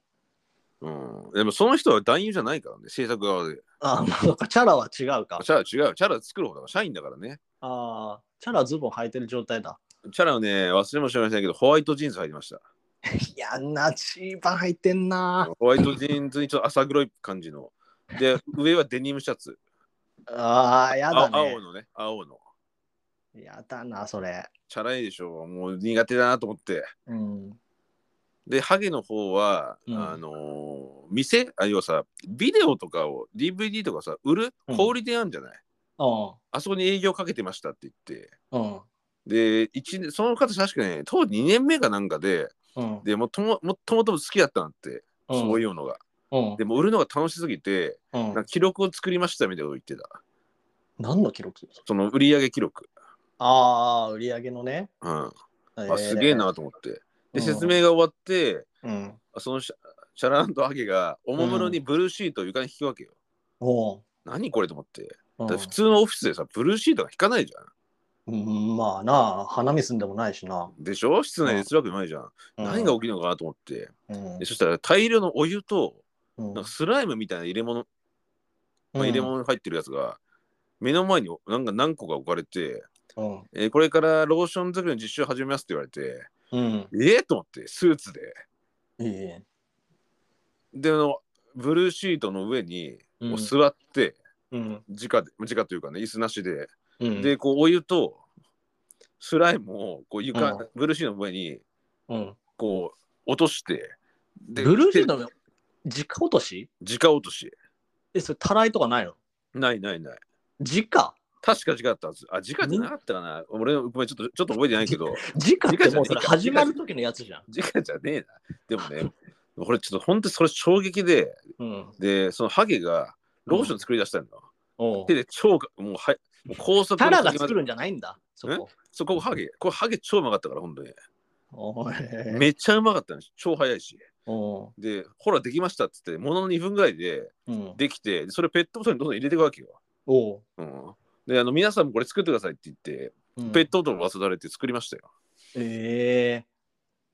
うん、でもその人は男優じゃないからね、制作側で。ああ、なんかチャラは違うか。チャラ違う、チャラ作る方だから、社員だからね。ああ、チャラはズボン履いてる状態だ。チャラはね、忘れもしませんけど、ホワイトジーンズ履いてました。いやな、チーパン履いてんな。ホワイトジーンズにちょっと浅黒い感じの。で、上はデニムシャツ。ああ、や青だね青。のね、青の。やだな、それ。チャラいでしょ、もう苦手だなと思って。うん。で、ハゲの方は、うんあのー店、あ、要はさ、ビデオとかを、DVD とかさ、売るうん小売店あるんじゃない、うん。あそこに営業かけてましたって言って。うん。で、一年その方、確かね、当時2年目かなんかで、うん。でもとももともとも好きだったなって、そういいうのが。うん。でも売るのが楽しすぎて、うなんかん。記録を作りましたみたいなこと言ってた。何の記録その売上記録。ああ、売り上げのね。うん、ああすげえ。なと思って。うんで、説明が終わって、うん。その社シャランとハゲがおもむろにブルーシートを床に引くわけよ。おう何これと思って。うだんって普通のオフィスでさ、ブルーシートが引かないじゃん。うんまあな、花見すんでもないしな。でしょ室内で辛くないじゃん。うん何が起きるのかなと思って。うんでそしたら大量のお湯と、うんなんかスライムみたいな入れ物、まあ、入れ物に入ってるやつが、目の前になんか何個か置かれて、うんえーこれからローション作りの実習始めますって言われて、うん。えー、と思って、スーツで。いいえ。で、あの、ブルーシートの上に、うんもう座って、うん。直で、直というかね、椅子なしで、うん、で、こう、お湯と、スライムを、こう、床、うんブルーシートの上に、うん、こう、落として、でブルーシートの直落とし直落とし。え、それ、たらいとかないのないないない。直確か違ったはず。あ、直じゃなかったかな。俺、ごめん、ちょっと、ちょっと覚えてないけ ど、直ってもうそ直じゃれない始まる時のやつじゃん。直じゃねえな。でもね、これちょっと本当にそれ衝撃で、うん。で、そのハゲがローション作り出したの。おう手で超か、もう、はい、もう高速たらが作るんじゃないんだ、そこ。そう、ここハゲ。これハゲ超うまかったから、本当に。おいめっちゃうまかったんです。超早いし。おで、ほら、できましたっつって、ものの2分ぐらいでううんできて、でそれペットボトルにどんどん入れていくわけよ。おううん。で、あの、皆さんもこれ作ってくださいって言って、うんペットボトルを忘れて作りましたよ。ええ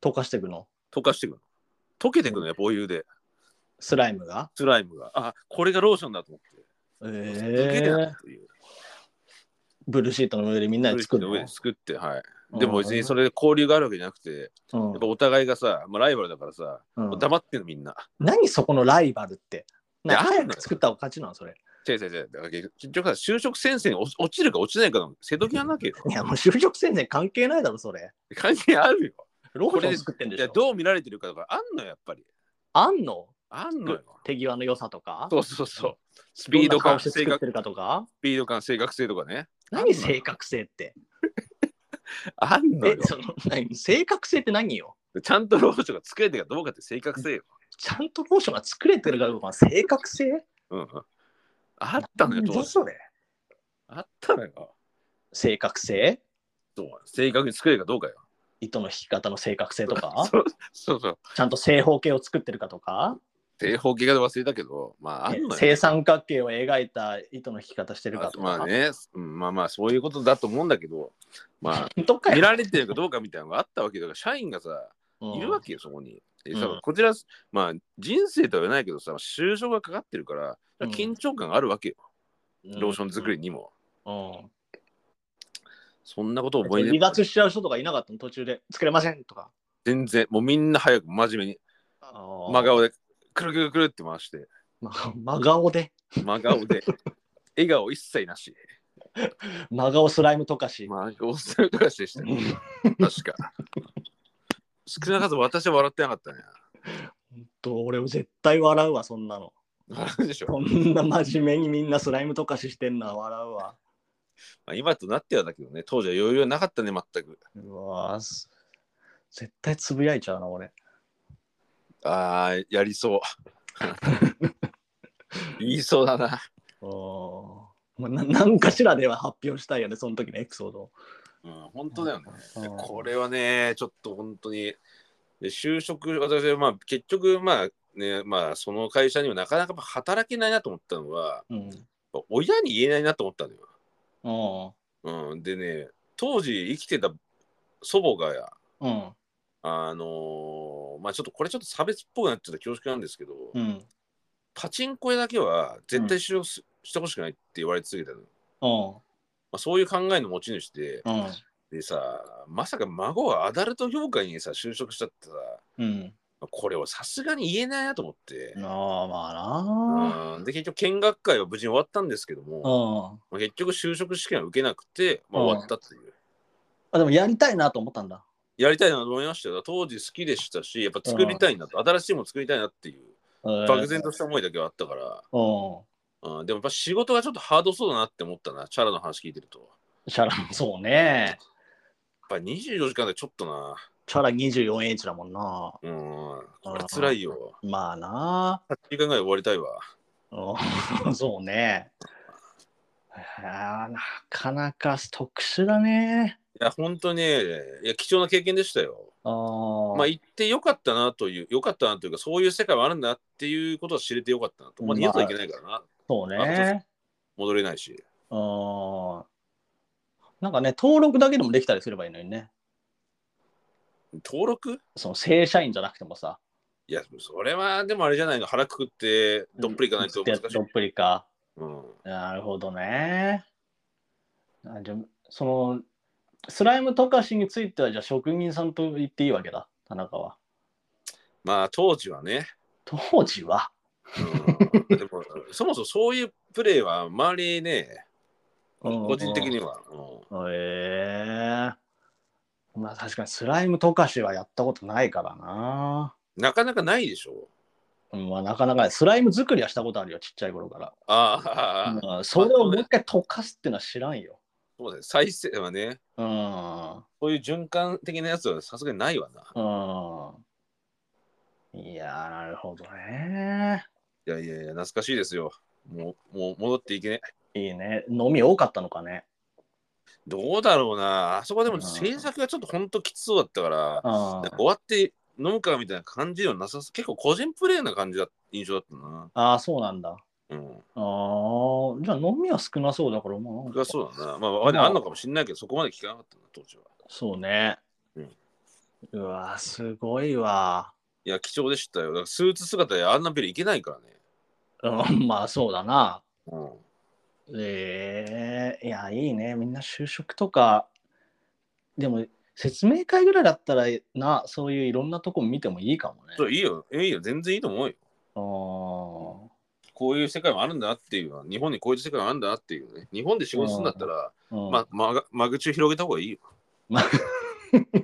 溶かしていくの溶かしていくの。溶けていくの、やっぱお湯で、スライムがスライムが。あ、これがローションだと思って。抜けえてえなっていう。ブルーシートの上でみんなで作る上ので作って、はい。でも別にそれで交流があるわけじゃなくて、うんやっぱお互いがさ、まあ、ライバルだからさ、うん黙ってんのみんな。何そこのライバルって。なんかいやある早のよく作ったお勝ちなのそれ。違う違う違う。だから結局さ、就職戦線に落落ちるか落ちないかの瀬戸際なわけよ。いやもう就職宣伝関係ないだろそれ。関係あるよ。ローショこれン作ってんでいしや、ょ。どう見られてるかとか、あんのよ、やっぱり。あんのあんのよ。手際の良さとか。そうそうそう。ススピード感、して正作っ確、てるかとか。スピード感、正確性とかね。何正確性って。あんのえよ。、その、何正確性って何よちゃんとローションが作れてるかどうかって正確性よ。ちゃんとローションが作れてるかどうか、正確性うんうん。あったのよ、ど当う時。それあったのよ。正確性そう正確に作れるかどうかよ。糸の引き方の正確性とか、 そうそうそう。ちゃんと正方形を作ってるかとか、正方形が忘れたけど、まあ、あんのよ。正三角形を描いた糸の引き方してるかとか。まあね、うんまあまあ、そういうことだと思うんだけど、ま あ、とか見よられてるかどうかみたいなのがあったわけだから、社員がさ、いるわけよ、そこに。でうんさこちら、まあ、人生とは言わないけどさ、就職がかかってるから、うん緊張感があるわけよ、うんローション作りにも。うんそんなこと覚え離てない脱しちゃう人とかいなかったの途中で作れませんとか。全然、もうみんな早く真面目に、真真顔で、くるくるくるって回して、 真顔で。真顔 で、笑顔一切なし、真顔スライムとかし。真顔するとかしてしてる、確か。少なからず私は笑ってなかったね。と俺も絶対笑うわ、そんなの。笑うでしょ。こんな真面目にみんなスライムとかししてんのは笑うわ。まあ、今となってはだけどね、当時は余裕はなかったね、全く。うわす絶対つぶやいちゃうな、俺。ああ、やり そう。言いそうだな。おまあ、な何かしらでは発表したいよね、その時のエピソードを。うん、本当だよね。でうんこれはね、ちょっと本当に。で就職、私はまあ結局、まあね、まあその会社にはなかなかやっぱ働けないなと思ったのは、うやん。っぱ親に言えないなと思ったのよ。うん。うん、でね、当時生きてた祖母が、うん。あのーまあちょっとこれちょっと差別っぽくなっちゃった恐縮なんですけど、うん。パチンコ屋だけは絶対使用す、してほしくないって言われ続けたの。まうん。あ、そういう考えの持ち主で、うん。でさ、まさか孫はアダルト業界にさ、就職しちゃってさ、うん。まあこれをさすがに言えないなと思って、ああ、まあなうん、で、結局見学会は無事に終わったんですけども、まあ。うん。あ、結局就職試験は受けなくて、まあ、うん終わったっていう。あ、でもやりたいなと思ったんだ。やりたいなと思いましたよ。当時好きでしたし、やっぱ作りたいなと、新しいもの作りたいなっていう、漠然とした思いだけはあったから、うん。うん、でもやっぱ仕事がちょっとハードそうだなって思ったな、チャラの話聞いてると。チャラ、そうね。やっぱ24時間でちょっとな。チャラ 24H だもんな。うん。これ辛いよ。まあな。 8時間ぐらい終わりたいわ。うん そうね。あーなかなか特殊だね。や、本当にね、いや貴重な経験でしたよ。あーまあ、行ってよかったなという、よかったなというか、そういう世界もあるんだっていうことは知れてよかったなと。まあ、まあ二度といけないからな、そうあそうね。戻れないし。ああ。なんかね、登録だけでもできたりすればいいのにね。登録その正社員じゃなくてもさ。いや、それはでもあれじゃないの、腹くくってどっぷりいかないと難しい。どっぷりか。うんなるほどね。あじゃあその、スライムとかしについては、じゃあ職人さんと言っていいわけだ、田中は。まあ、当時はね、当時は。うん、でもそもそもそういうプレーはあまりね、個人的には。うんへえまあ確かにスライムとかしはやったことないからな。なかなかないでしょ。うんまあなかなかスライム作りはしたことあるよ、ちっちゃい頃から。ああ、うんそれをもう一回溶かすってのは知らんよ。そうだね。再生はね、うん。そういう循環的なやつはさすがにないわな。うん。いやー、なるほどね。いやいやいや、懐かしいですよ。もう、もう戻っていけね。いいね。飲み多かったのかね。どうだろうな。あそこでうもん制作がちょっとほんときつそうだったから、あなんか終わって飲むかみたいな感じではなさそう。結構個人プレーな感じだ印象だったな。あー、そうなんだ。あうん。あー、じゃあ飲みは少なそうだから、まあなん僕かはそうだな。まあ、まあ、あんのかもしれないけど、そこまで聞かなかったな、当時は。そうね。うんうわー、すごいわ。いや、貴重でしたよ。だからスーツ姿であんなビルいけないからね。うん、まあそうだな。うん。ええいや、いいね。みんな就職とか、でも説明会ぐらいだったらな、そういういろんなとこ見てもいいかもね。そういいよ。えいいよ。全然いいと思うよ。あこういう世界もあるんだなっていうのは、日本にこういう世界もあるんだなっていうね。日本で仕事するんだったら、ーうんまあ、まが間口を広げた方がい いよ。ま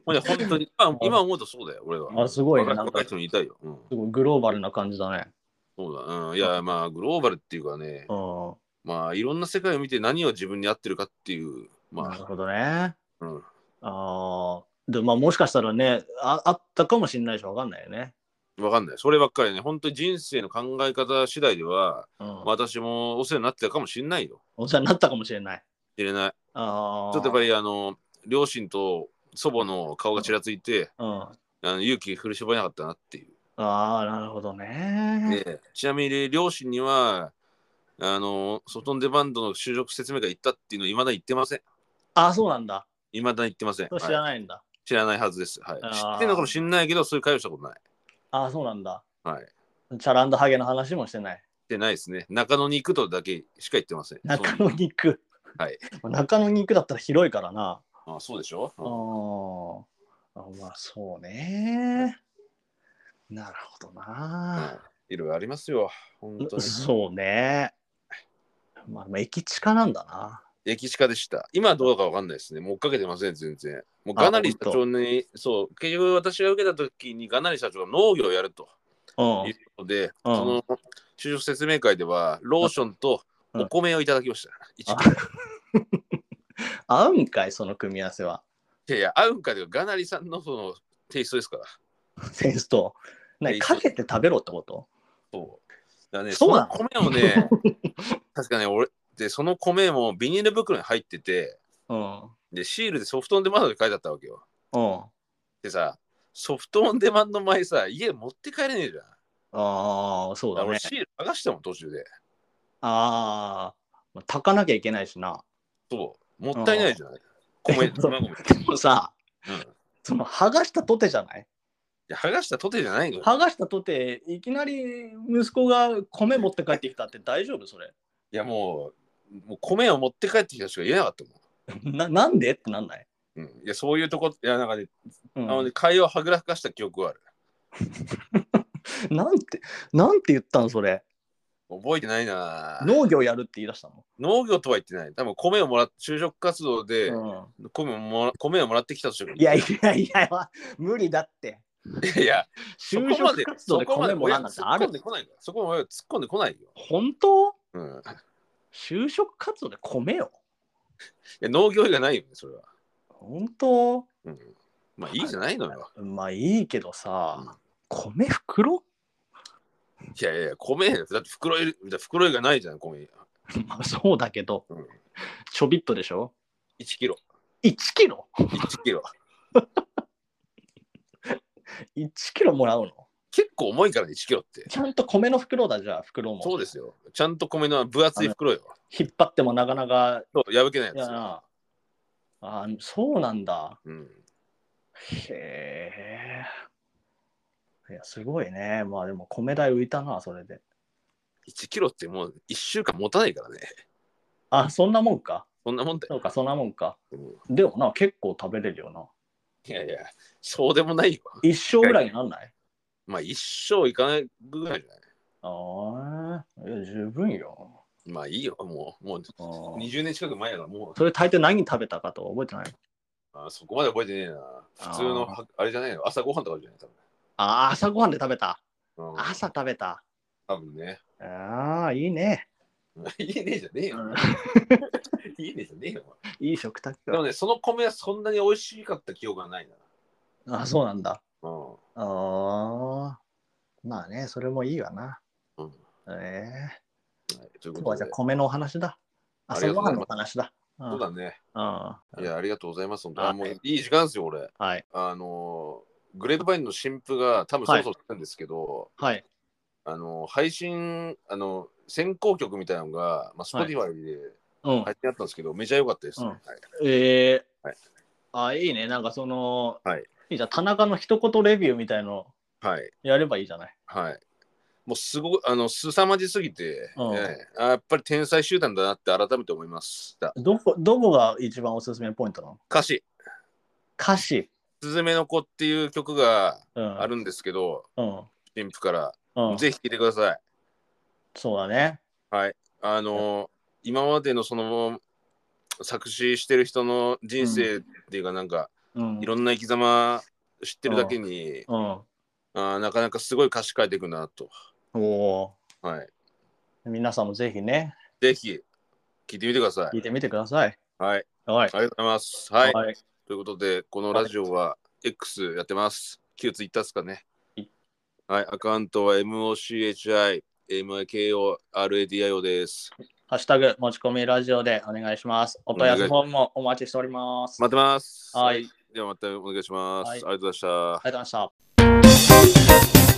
ほんで本当に今今思うとそうだよ、俺は。あすごいね若なんか若い人にいたいよ。うん、すごいグローバルな感じだね。そうだ、うん。いや、まあ、グローバルっていうかね、うんまあ、いろんな世界を見て何を自分に合ってるかっていう、なるまほどね。あ、うん、あーでまあもしかしたらねあ、あったかもしれないしわかんないよね。わかんない。そればっかりね、本当に人生の考え方次第では、うん私もお世話になってたかもしれないよ。お世話になったかもしれない。知れない。あちょっとやっぱり、あの、両親と祖母の顔がちらついて、あ、うん、あの勇気振り絞れなかったなっていう。あー、なるほどね。でちなみに両親にはあの外の出バンドの就職説明会行ったっていうのはいまだ言ってません。ああ、そうなんだ。いまだ言ってません、それはい知らないんだ。知らないはずです。はい、あー知ってるのかもしれないけど、そういう会話したことない。ああ、そうなんだ。はい。チャランドハゲの話もしてない。でないですね。中野に行くとだけしか言ってません。中そう野に行く。はい。 中野に行くだったら広いからな。あそうでしょ、あーあ。まあそうね。なるほどうんな。いろいろありますよ。本当に。そうね。まあ、まあ駅地下なんだな。歴史家でした。今はどうかわかんないですね。もう追っかけてません、全然。もうガナリ社長に、そう、結局私が受けた時にガナリ社長が農業をやると。うんいうことで、うんその就職説明会では、ローションとうんお米をいただきました。一あキロ合うんかい、その組み合わせは。いやいや、合うんかでガナリさんのそのテイストですから。センスと。いね、いかけて食べろってことそう。だからね、そそうのなの米を ね、確かね、俺、で、その米もビニール袋に入ってて、うん。で、シールでソフトオンデマンドで書いてあったわけよ。うん。あでさ、ソフトオンデマンド前さ、家持って帰れねえじゃん。あ、そうだ俺ね。シール剥がしたもん、途中で。ああ。まあ炊かなきゃいけないしな。そう。もったいないじゃない。米、そう生米。うん。いでもさ、その剥がしたとてじゃないや剥がしたとてじゃないのよ。剥がしたとていきなり息子が米持って帰ってきたって大丈夫それ いやもう、もう米を持って帰ってきた人が言えなかったもん。ななんでってなんない、うん、いやそういうとこ、いやなんかね、うんあのね会話をはぐらかした記憶はある。なんてなんて言ったのそれ覚えてないなぁ。農業やるって言い出したの、農業とは言ってない。多分米をもらっ、就職活動でうん米をもら米をもらってきたとしかいやいやいや無理だっていやいや、そ就こまで職活動で米もらんなんてそこあまで突っ込んでるこないからそこまで突っ込んでこないよ。本当うん、い就職活動で米よや農業以外ないよね、それは。本当うん、まあいいじゃないのよ。まあいいけどさ、米袋 いやいや、米、だって袋入れだって袋入れがないじゃん、米。まあそうだけど、うんちょびっとでしょ1キロ。 1キロ1キロ ?1 キロもらうの結構重いからね1キロってちゃんと米の袋だじゃあ、袋も。そうですよちゃんと米の分厚い袋よ引っ張ってもなかなか。そう破けないいややつよ、なあーそうなんだ。うん、へえ。いや、すごいね。まあでも米代浮いたな、それで。 1キロってもう1週間持たないからねあ、そんなもんか。そんなもんだよ、そうか、そんなもんか。うんでもな、結構食べれるよな。いやいやそうでもないよ一生ぐらいになんないまあ一生いかないぐらいじゃないああ、いや、十分よ。まあいいよもうもうあー20年近く前やからもうそれ大抵何食べたかとか覚えてないあそこまで覚えてねえな普通のはあれじゃないの朝ごはんとかあるじゃない多ああ、朝ごはんで食べた。分、うん、朝食べた。多分ね ああ、いいね。いいねじゃねえよ、うん いいねじゃねえよおいい食卓前でよもねその米はそんなに美味しかった記憶がないなあそうなんだ。うんああ。まあね、それもいいわな。うんええはいという今日こはとじゃであ米のお話だ。あり朝がとごうごはざいんのまお話だ。うそうんだね。うんいや、ありがとうございます。本当はいあもういい時間ですよ、俺。はい。あのー、グレープバインの新婦が多分そろそろ来たんですけど、はい。あのー、配信、あのー、先行曲みたいなのが、まあ、はい Spotify でうん。配信あったんですけど、めちゃ良かったです、ねうんはいええはいあ、いいね。なんかその、はいいいじゃん。田中の一言レビューみたいのはい。やればいいじゃない。はい。もうすごく、あの、凄まじすぎて、うんええあやっぱり天才集団だなって改めて思いました。どこ、どこが一番おすすめポイントなの歌詞、歌詞。すずめの子っていう曲がうん。あるんですけど、うん。新婦から、うん。ぜひ聴いてください。そうだね。あの今までのその作詞してる人の人生っていうかなんか、うん。いろんな生き様知ってるだけに、うん。あーなかなかすごい歌詞書いていくなと、おおはい、ー。皆さんもぜひね、ぜひ聞いてみてくださ聞い。いてみてください。はい、はい。ありがとうございます。はい、はい。ということでこのラジオは X やってます。旧 Twitter ですかねはい。はい、アカウントは MOCHI MIKORADIO です。ハッシュタグ持ち込みラジオでお願いします。お問い合わせフォームもお待ちしております。待ってます。はい。ではまたお願いします。はいありがとうございました。ありがとうございました。